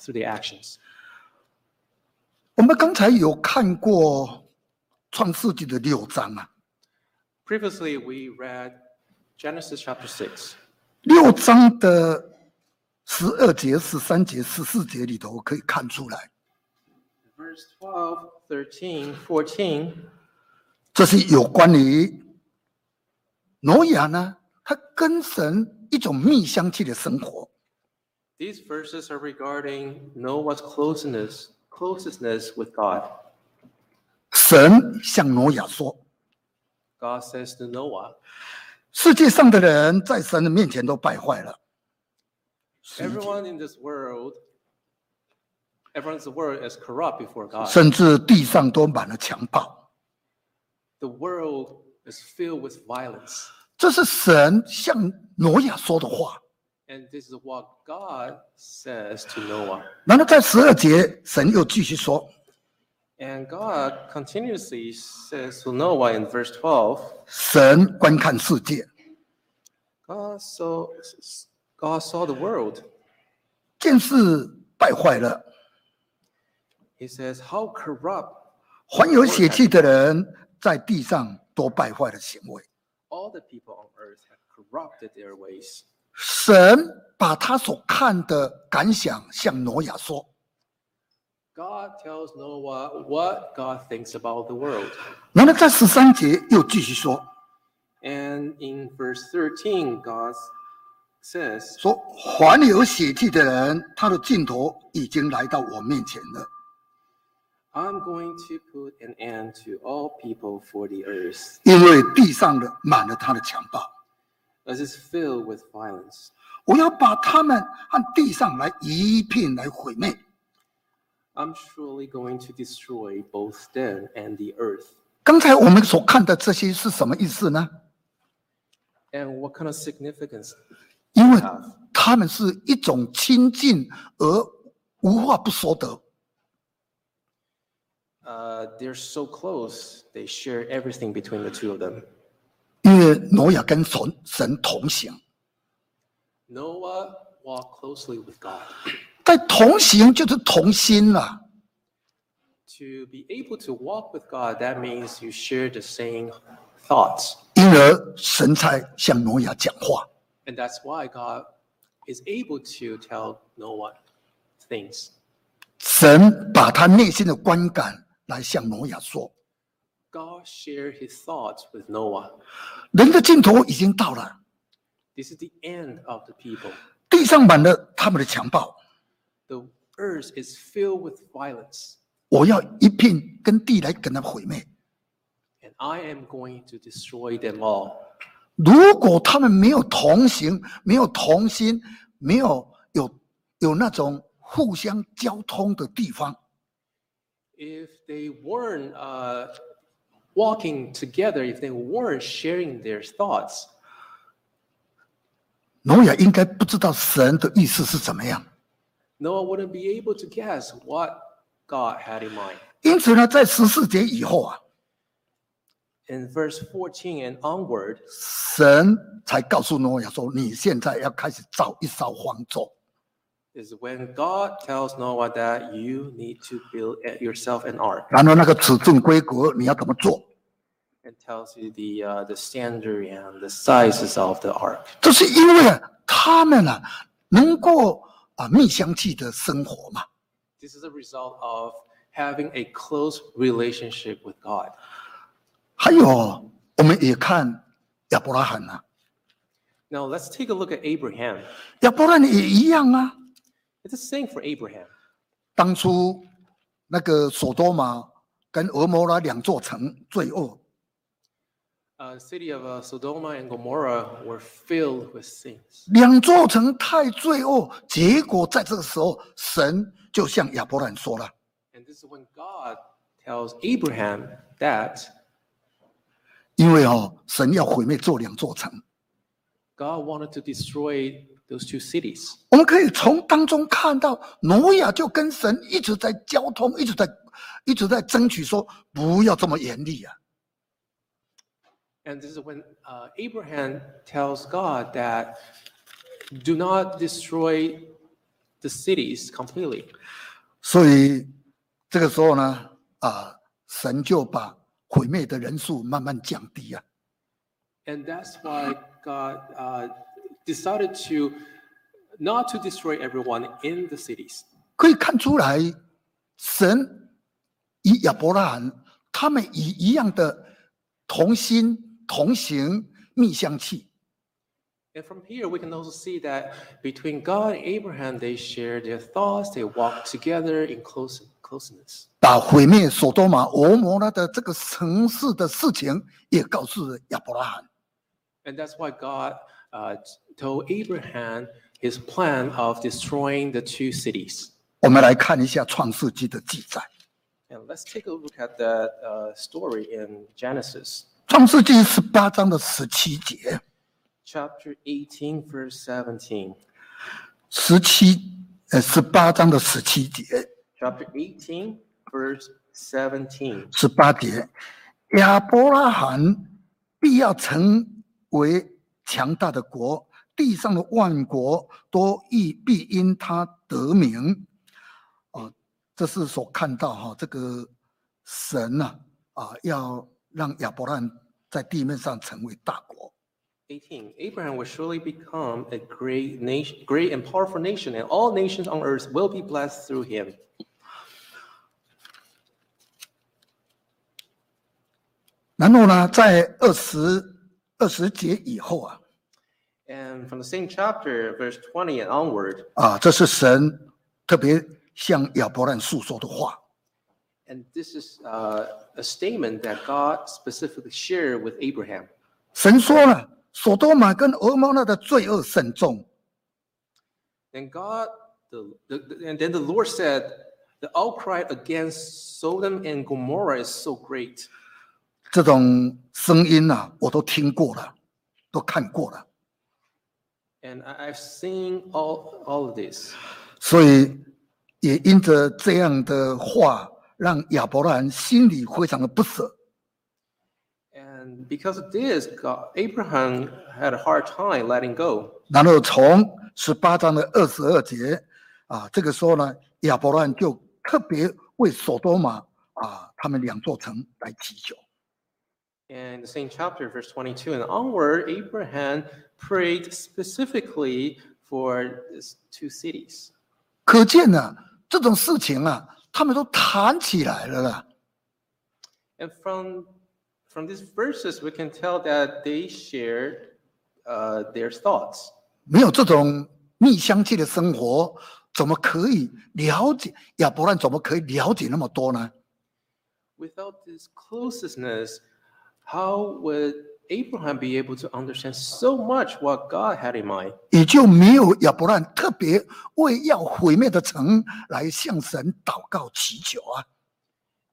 Speaker 2: through their actions.
Speaker 1: 我们刚才有看过《创世纪》的六章啊，
Speaker 2: Previously, we read Genesis chapter six.
Speaker 1: 六章的十二节、十三节、十四节里头可以看出来，
Speaker 2: Verse 12, 13, 14,
Speaker 1: 这是有关于挪亚呢，他跟神一种密相契的生活。
Speaker 2: These verses are regarding Noah's closeness, closeness with God.
Speaker 1: 神向挪亚说
Speaker 2: God says to Noah,：“
Speaker 1: 世界上的人在神的面前都败坏了，十一节
Speaker 2: Everyone in this world, everyone in this world is corrupt before God.
Speaker 1: 甚至地上都满了强暴。
Speaker 2: The world is filled with violence.
Speaker 1: 这是神向挪亚说的话。
Speaker 2: And this is what God says to Noah.
Speaker 1: 然后在十二节，神又继续说
Speaker 2: And God continuously says to Noah in verse 12,
Speaker 1: 神观看世界，
Speaker 2: God saw, God saw the world.
Speaker 1: 见识败坏了，
Speaker 2: He says, How corrupt
Speaker 1: 还有血气的人在地上都败坏了行为。
Speaker 2: all the people on earth have corrupted their ways.
Speaker 1: 神把他所看的感想向挪亚说，
Speaker 2: God tells Noah what God thinks about the world.
Speaker 1: 然后在十三节又继续说
Speaker 2: And in verse 13, God says,
Speaker 1: 说还有血气的人，他的尽头已经来到我面前了。
Speaker 2: I'm going to put an end to all people for the earth,
Speaker 1: 因为地上的满了他的强暴，
Speaker 2: as is filled with violence.
Speaker 1: 我要把他们和地上来一并来毁灭。
Speaker 2: I'm surely going to destroy both them and the earth.
Speaker 1: 刚才我们所看的这些是什么意思呢？
Speaker 2: And what kind of significance?
Speaker 1: 因为他们是一种亲近而无话不说的，
Speaker 2: Uh, they're so close, they share everything between the two of them.
Speaker 1: 因为挪亚跟神神同行，
Speaker 2: Noah walked closely with God.
Speaker 1: 在同行就是同心啊了、
Speaker 2: To be able to walk with God, that means you share the same thoughts.
Speaker 1: 因而神才向挪亚讲话。
Speaker 2: And that's why God is able to tell Noah things.
Speaker 1: 神把他内心的观感来向挪亚说：
Speaker 2: God shared his thoughts with Noah.
Speaker 1: 人的尽头已经到了，
Speaker 2: This is the end of the people.
Speaker 1: 地上满了他们的强暴，
Speaker 2: The earth is filled with violence,
Speaker 1: 我要一并跟地来跟他毁灭。
Speaker 2: and I am going to destroy them all.
Speaker 1: 如果他们没有同行，没有同心，没有有有那种互相交通的地方，
Speaker 2: If they weren't uh, walking together, if they weren't sharing their thoughts,
Speaker 1: 挪亚应该不知道神的意思是怎么样。
Speaker 2: Noah wouldn't be able to guess what God had in mind.
Speaker 1: 因此呢，在十四节以后啊，
Speaker 2: In verse 14 and onward,
Speaker 1: 神才告诉挪亚说：“你现在要开始造一艘方舟。
Speaker 2: is when God tells Noah that you need to build it yourself an ark
Speaker 1: 然后那个尺寸规格你要怎么做？
Speaker 2: and tells you the uh, the standard and the sizes of the ark.
Speaker 1: 这是因为啊，他们啊能够啊蜜香气的生活嘛。
Speaker 2: This is a result of having a close relationship with God.
Speaker 1: 还有，我们也看亚伯拉罕啊，
Speaker 2: Now let's take a look at Abraham.
Speaker 1: 亚伯拉罕也一样啊。
Speaker 2: It's the same for Abraham.
Speaker 1: 当初那个索多玛跟俄摩拉两座城罪恶，
Speaker 2: Uh, the city of uh, Sodom and Gomorrah were filled with sins.
Speaker 1: 两座城太罪恶，结果在这个时候，神就向亚伯兰说了
Speaker 2: And this is when God tells Abraham that：“
Speaker 1: 因为哦，神要毁灭这两座城。
Speaker 2: God wanted to destroy those two cities. ”
Speaker 1: 我们可以从当中看到，挪亚就跟神一直在交通，一直在一直在争取说不要这么严厉啊。
Speaker 2: And this is when uh, Abraham tells God that do not destroy the cities completely.
Speaker 1: 所以这个时候呢，啊，神就把毁灭的人数慢慢降低啊。
Speaker 2: And that's why God uh, decided to not to destroy everyone in the cities.
Speaker 1: 可以看出来，神与亚伯拉罕他们以一样的同心同行密相契。
Speaker 2: And from here, we can also see that between God and Abraham, they share their thoughts, they walk together in close, closeness.
Speaker 1: 把毁灭索多玛、俄摩拉的这个城市的事情也告诉了亚伯拉罕。
Speaker 2: And that's why God uh, told Abraham his plan of destroying the two cities.
Speaker 1: 我们来看一下《创世纪》的记载，
Speaker 2: And let's take a look at that uh, story in
Speaker 1: 《
Speaker 2: Genesis
Speaker 1: 创世纪》十八章的十七节，
Speaker 2: chapter 18, verse 17.
Speaker 1: 十七呃十八章的十七节，
Speaker 2: Chapter 18, verse 17.
Speaker 1: 十八节，亚伯拉罕必要成为强大的国，地上的万国都亦必因他得名。啊、这是所看到哈、这个神呐啊要让亚伯拉罕在地面上成为大国。
Speaker 2: 18 Abraham will surely become a great nation, great and powerful nation, and all nations on earth will be blessed through him.
Speaker 1: 然后呢，在二十二十节以后啊，
Speaker 2: And from the same chapter, verse 20 and onward,
Speaker 1: 啊，这是神特别向亚伯兰诉说的话。
Speaker 2: and this is uh, a statement that God specifically shared with Abraham.
Speaker 1: 神说了，索多玛跟俄摩拉的罪恶甚重，
Speaker 2: Then God, the, the, the- and then the Lord said, the outcry against Sodom and Gomorrah is so great.
Speaker 1: 这种声音呐、啊，我都听过了，都看过了。
Speaker 2: And I, I've seen all, all of this.
Speaker 1: 所以也因着这样的话，让亚伯兰心里非常的不舍。
Speaker 2: And because of this, God, Abraham had a hard time letting go.
Speaker 1: 然后从十八章的二十二节啊，这个时候呢，亚伯兰就特别为索多玛啊他们两座城来祈求。
Speaker 2: And the same chapter, verse 22 and onward, Abraham prayed specifically for these two cities.
Speaker 1: 可见呢、这种事情啊，他们都谈起来了啦。
Speaker 2: And from from these verses, we can tell that they shared uh, their thoughts.
Speaker 1: 没有这种逆香气的生活，怎么可以了解亚伯兰？怎么可以了解那么多呢？
Speaker 2: Without this closeness, how would Abraham be able to understand so much what God had in mind?
Speaker 1: 也就没有亚伯兰特别为要毁灭的城来向神祷告祈求啊。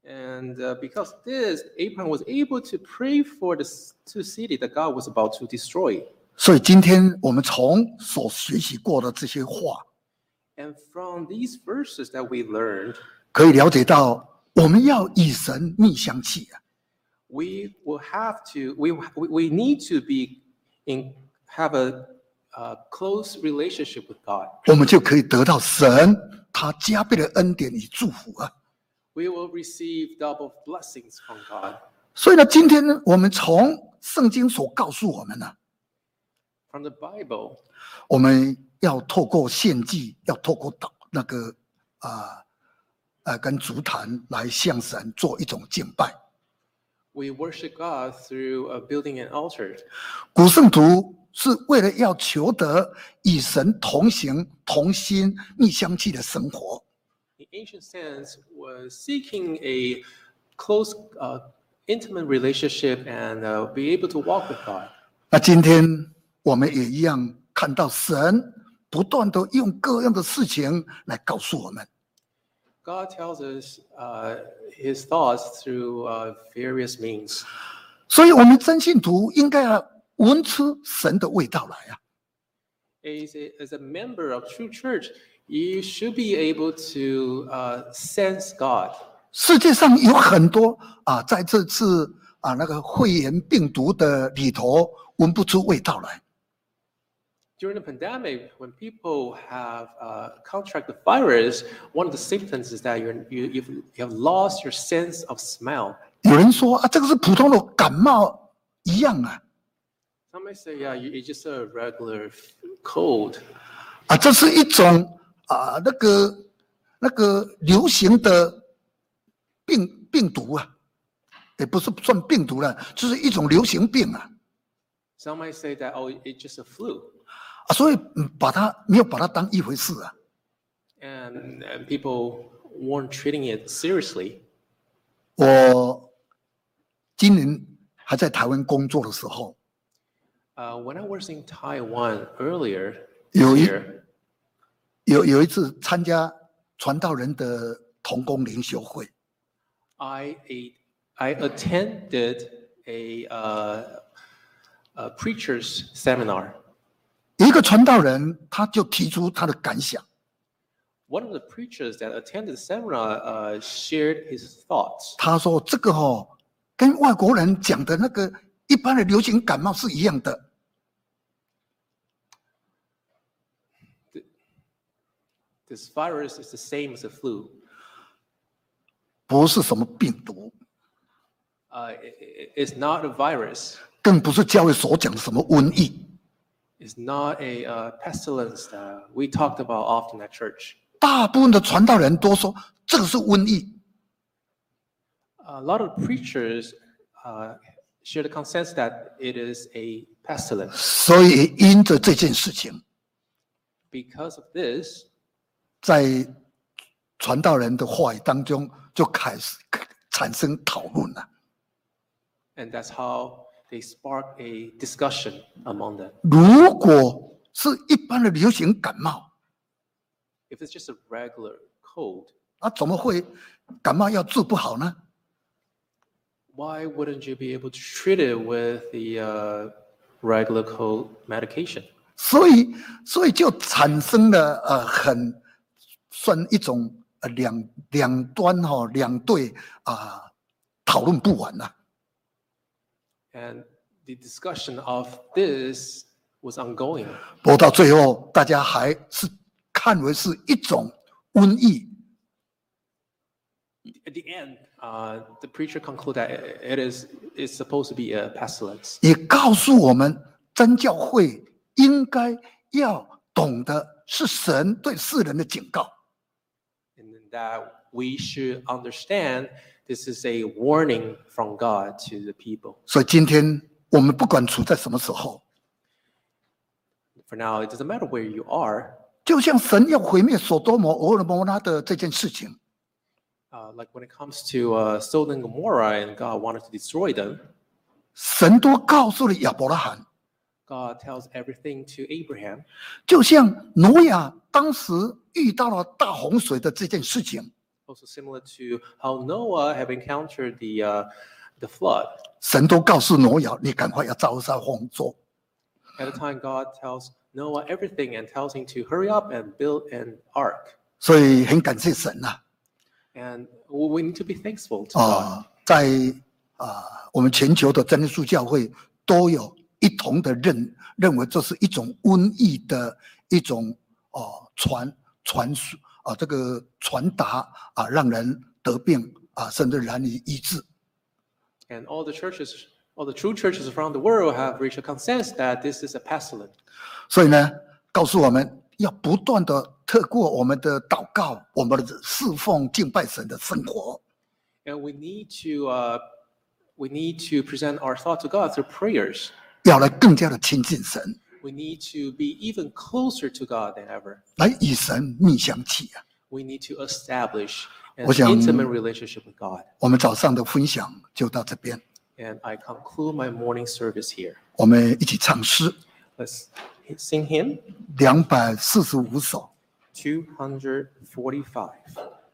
Speaker 2: And uh, because of this, Abraham was able to pray for the s- two cities that God was about to destroy.
Speaker 1: 所以今天我们从所学习过的这些话，
Speaker 2: And from these verses that we learned,
Speaker 1: 可以了解到，我们要与神逆香气啊。
Speaker 2: we will have to, we, we we need to be in, have a, uh close relationship with God.
Speaker 1: 我们就可以得到神他加倍的恩典与祝福啊。
Speaker 2: We will receive double blessings from God.
Speaker 1: 所以呢，今天呢，我们从圣经所告诉我们呢、
Speaker 2: From the Bible,
Speaker 1: 我们要透过献祭，要透过祷那个啊呃跟足坛来向神做一种敬拜。
Speaker 2: we worship God through uh, building an altar.
Speaker 1: 古圣徒是为了要求得与神同行、同心、逆相气的生活。
Speaker 2: The ancient saints was seeking a close, uh, intimate relationship and uh, be able to walk with God.
Speaker 1: 那今天我们也一样看到神不断的用各样的事情来告诉我们，
Speaker 2: God tells us uh, His thoughts through uh, various means.
Speaker 1: 所以我们真信徒应该要闻出神的味道来啊。
Speaker 2: As a, as a member of true church, you should be able to uh, sense God.
Speaker 1: 世界上有很多啊，在这次啊那个肺炎病毒的里头，闻不出味道来。
Speaker 2: During the pandemic, when people have uh, contract the virus, one of the symptoms is that you're, you, you've, you have lost your sense of smell.
Speaker 1: 有人说啊，这个是普通的感冒一样啊，
Speaker 2: Some may say, yeah, you, it's just a regular cold.
Speaker 1: 啊，这是一种啊那个那个流行的病病毒啊，也不是算病毒了，就是一种流行病啊
Speaker 2: Some might say that, oh, it's just a flu.
Speaker 1: 啊，所以嗯把它没有把它当一回事啊。
Speaker 2: And, and people weren't treating it seriously.
Speaker 1: 我今年还在台湾工作的时候，
Speaker 2: Uh, when I was in Taiwan earlier,
Speaker 1: You-
Speaker 2: this year,
Speaker 1: 有有一次参加传道人的同工灵修会，
Speaker 2: I a- I attended a, uh, a preacher's seminar.
Speaker 1: 有一个传道人他就提出他的感想，
Speaker 2: One of the preachers that attended the seminar uh, shared his thoughts.
Speaker 1: 他说这个哦，跟外国人讲的那个一般的流行感冒是一样的。
Speaker 2: This virus is the same as the flu.
Speaker 1: 不是什么病毒，
Speaker 2: Uh, i- i- it's not a virus.
Speaker 1: 更不是教会所讲的什么瘟疫。
Speaker 2: It's not a uh, pestilence that we talked about often at church.
Speaker 1: 大部分的传道人都说这个是瘟疫，
Speaker 2: A lot of preachers uh, share the consensus that it is a pestilence.
Speaker 1: 所以也因着这件事情，
Speaker 2: Because of this,
Speaker 1: 在传道人的话语当中就开始产生讨论了。
Speaker 2: and that's how they spark a discussion among them.
Speaker 1: 如果是一般的流行感冒，
Speaker 2: If it's just a regular cold,
Speaker 1: 那怎么会感冒要治不好呢？
Speaker 2: why wouldn't you be able to treat it with the uh, regular cold medication?
Speaker 1: 所以，所以就产生了呃，很算一种呃两两端哈、哦、两队啊、讨论不完呐、啊
Speaker 2: And the discussion of this was ongoing.
Speaker 1: 不过到最后，大家还是看为是一种瘟疫，
Speaker 2: At the end, uh, the preacher concluded that i- it is it's supposed to be a pestilence.
Speaker 1: 也告诉我们真教会应该要懂得是神对世人的警告。
Speaker 2: And then that we should understand this is a warning from God to the people.
Speaker 1: 所以今天我们不管处在什么时候，
Speaker 2: For now, it doesn't matter where you are,
Speaker 1: 就像神要毁灭所多玛、俄摩拉的这件事情，
Speaker 2: uh, like when it comes to uh, Sodom and Gomorrah and God wanted to destroy them,
Speaker 1: 神都告诉了亚伯拉罕。
Speaker 2: God tells everything to Abraham.
Speaker 1: 就像挪亚当时遇到了大洪水的这件事情，
Speaker 2: Also similar to how Noah have encountered the uh, the flood.
Speaker 1: 神都告诉挪亚：“你赶快要造下荒作。
Speaker 2: At the time, God tells Noah everything and tells him to hurry up and build an ark. ”
Speaker 1: 所以很感谢神啊呐、
Speaker 2: And we we need to be thankful to
Speaker 1: 啊，
Speaker 2: God.
Speaker 1: 在啊、我们全球的真耶稣教会都有一同的认认为这是一种瘟疫的一种哦、传传输啊、这个传达啊、让人得病啊、甚至难以医治。
Speaker 2: And all the churches, all the true churches around the world have reached a consensus that this is a pestilence.
Speaker 1: 所以呢，告诉我们要不断的透过我们的祷告、我们的侍奉、敬拜神的生活，
Speaker 2: And we need to uh, we need to present our thought to God through prayers.
Speaker 1: 要来更加的亲近神，
Speaker 2: We need to be even closer to God than ever.
Speaker 1: 来与神密相契啊。
Speaker 2: We need to establish an
Speaker 1: 我想-
Speaker 2: intimate relationship with God.
Speaker 1: 我们早上的分享就到这边，
Speaker 2: And I conclude my morning service here.
Speaker 1: 我们一起唱诗
Speaker 2: Let's sing hymn.
Speaker 1: 两百四十五首。
Speaker 2: 245.